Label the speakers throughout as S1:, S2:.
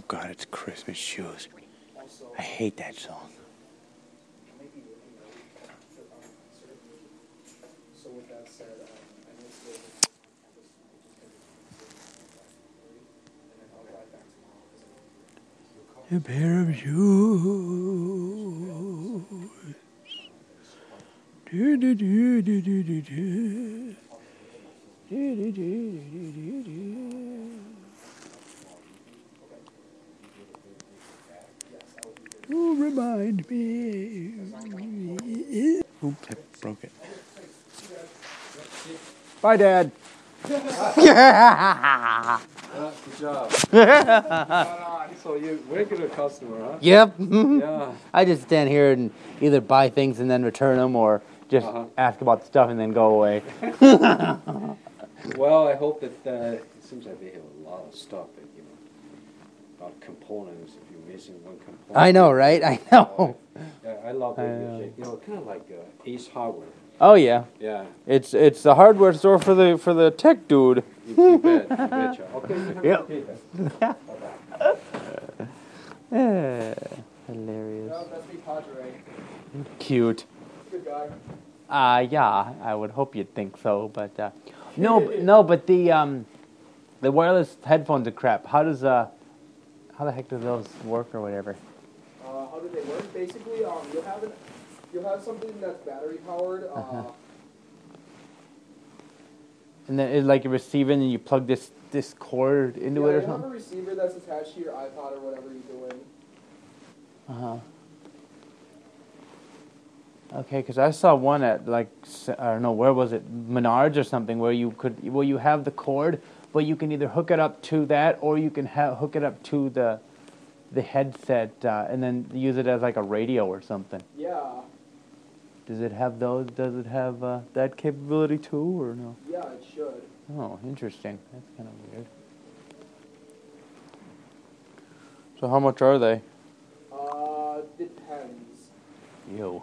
S1: Oh, God, it's Christmas shoes. I hate that song.
S2: So with that said, um, I know it's late, but I'm just- I just gotta get to sleep, and then I'll drive back tomorrow, 'cause I won't be here. You'll call
S1: A pair of shoes. Do, do, do, do, do, do, do. Do, do, do, do, do, do, do. Oh, remind me. Oops, I broke it. Bye, Dad.
S3: Yeah, good job. so you regular customer, huh?
S1: Yep.
S3: Yeah.
S1: I just stand here and either buy things and then return them or just
S3: Uh-huh.
S1: ask about stuff and then go away.
S3: Well, I hope that uh, it seems like they have a lot of stuff, that, you know, about components. If you're missing one component,
S1: I know, right? I know.
S3: Yeah, I love the
S1: I know.
S3: music. You know, kind of like uh, Ace Hardware.
S1: Oh yeah.
S3: Yeah,
S1: It's it's the hardware store for the for the tech dude.
S3: you, you bet, you betcha. Okay, you have
S1: Yep.
S3: to pay that.
S1: Eh, hilarious.
S2: No, that's me, Padre.
S1: Cute.
S2: Good guy.
S1: Uh yeah, I would hope you'd think so, but uh, no, b- no, but the um, the wireless headphones are crap. How does uh, how the heck do those work or whatever?
S2: Uh, how do they work? Basically, um, you'll have an, you'll have something that's battery powered. Uh,
S1: Uh-huh. And then it, like you receive it and you plug this this cord into
S2: yeah,
S1: it or
S2: you have a
S1: something.
S2: receiver that's attached to your iPod or whatever you're doing.
S1: Uh huh. Okay, because I saw one at like s- I don't know where was it Menards or something where you could where you have the cord, but you can either hook it up to that or you can ha- hook it up to the the headset uh, and then use it as like a radio or something.
S2: Yeah,
S1: Does it have those? Does it have uh, that capability too, or no?
S2: yeah, it should.
S1: Oh, interesting. That's kind of weird. So how much are they?
S2: Uh, depends.
S1: You.
S2: Let me-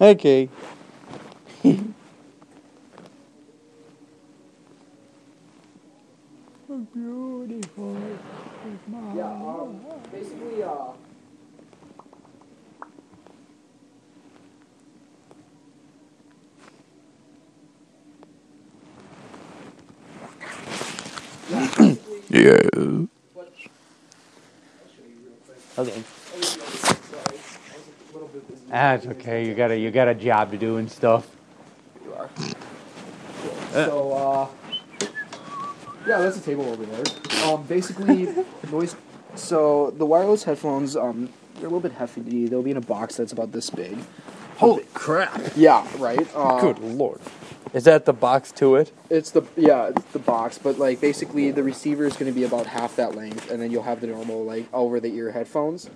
S1: Okay. Beautiful.
S2: Yeah, um, basically, uh, yeah, basically,
S1: Yeah.
S2: what, I'll show you real quick.
S1: Okay.
S2: Oh, yeah, sorry, I was a little bit busy.
S1: That's okay. You got a you got a job to do and stuff.
S2: You are. So, uh, yeah, that's a table over there. Um, basically, noise. So the wireless headphones, um, they're a little bit hefty. They'll be in a box that's about this big.
S1: Holy crap!
S2: Yeah, right. Uh,
S1: lord. Is that the box to it?
S2: It's the yeah, it's the box, but like basically the receiver is going to be about half that length, and then you'll have the normal like over the ear headphones.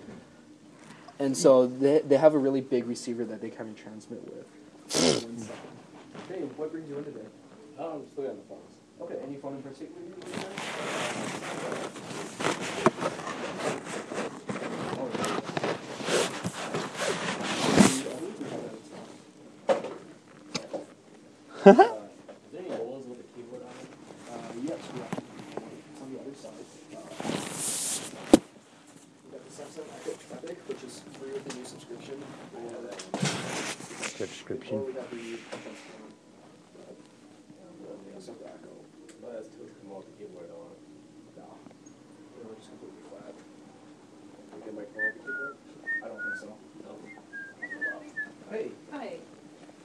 S2: And so they they have a really big receiver that they kind of transmit with. hey, what brings you in today?
S3: Oh, I'm still on the box.
S2: Okay, any phone in particular?
S3: Is there any holes with the keyboard on it?
S2: Uh, yes, we have. It's on the other side. Uh, we got the Samsung Echo Fabric, which is free with the new subscription. Or
S1: Subscription.
S2: we got the. Yeah, the Samsung Echo.
S3: Well, that's too come off the keyboard on it.
S2: No. They're just completely flat.
S3: You can make the keyboard?
S2: I don't think so.
S3: No.
S2: Hey,
S4: Hi,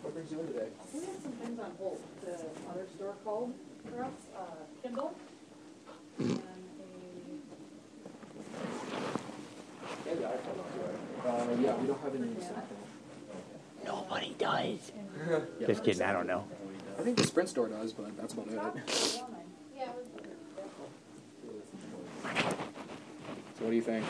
S2: what brings you in today?
S4: we have some things on hold. The other store called for us, uh, Kindle. And a,
S2: Yeah, the iPhone. Uh, yeah, we don't have any new stuff.
S1: Nobody does.
S2: Yeah.
S1: Just kidding. I don't know.
S2: I think the Sprint store does, but that's about it.
S4: coffee, wine. Yeah, it
S2: So what do you think?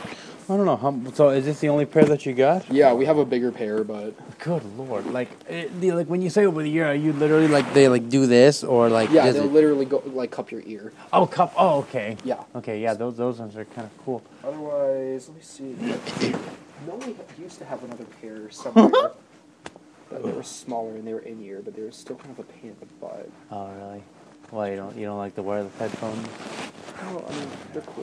S1: I don't know. How, so is this the only pair that you got?
S2: Yeah, we have a bigger pair, but
S1: Good lord! Like, it, Eh, the, like when you say over the year, are you literally like they like do this or like?
S2: yeah,
S1: is
S2: they'll
S1: it-
S2: literally go like cup your ear.
S1: oh, cup. Oh, okay.
S2: Yeah.
S1: Okay, yeah. Those those ones are kind of cool.
S2: Otherwise, let me see. no, we ha- used to have another pair somewhere. Uh, they were smaller and they were in ear, but they were still kind of a pain in the butt.
S1: Oh, really? Well, you don't you don't like the wireless headphones?
S2: No, I mean they're cool.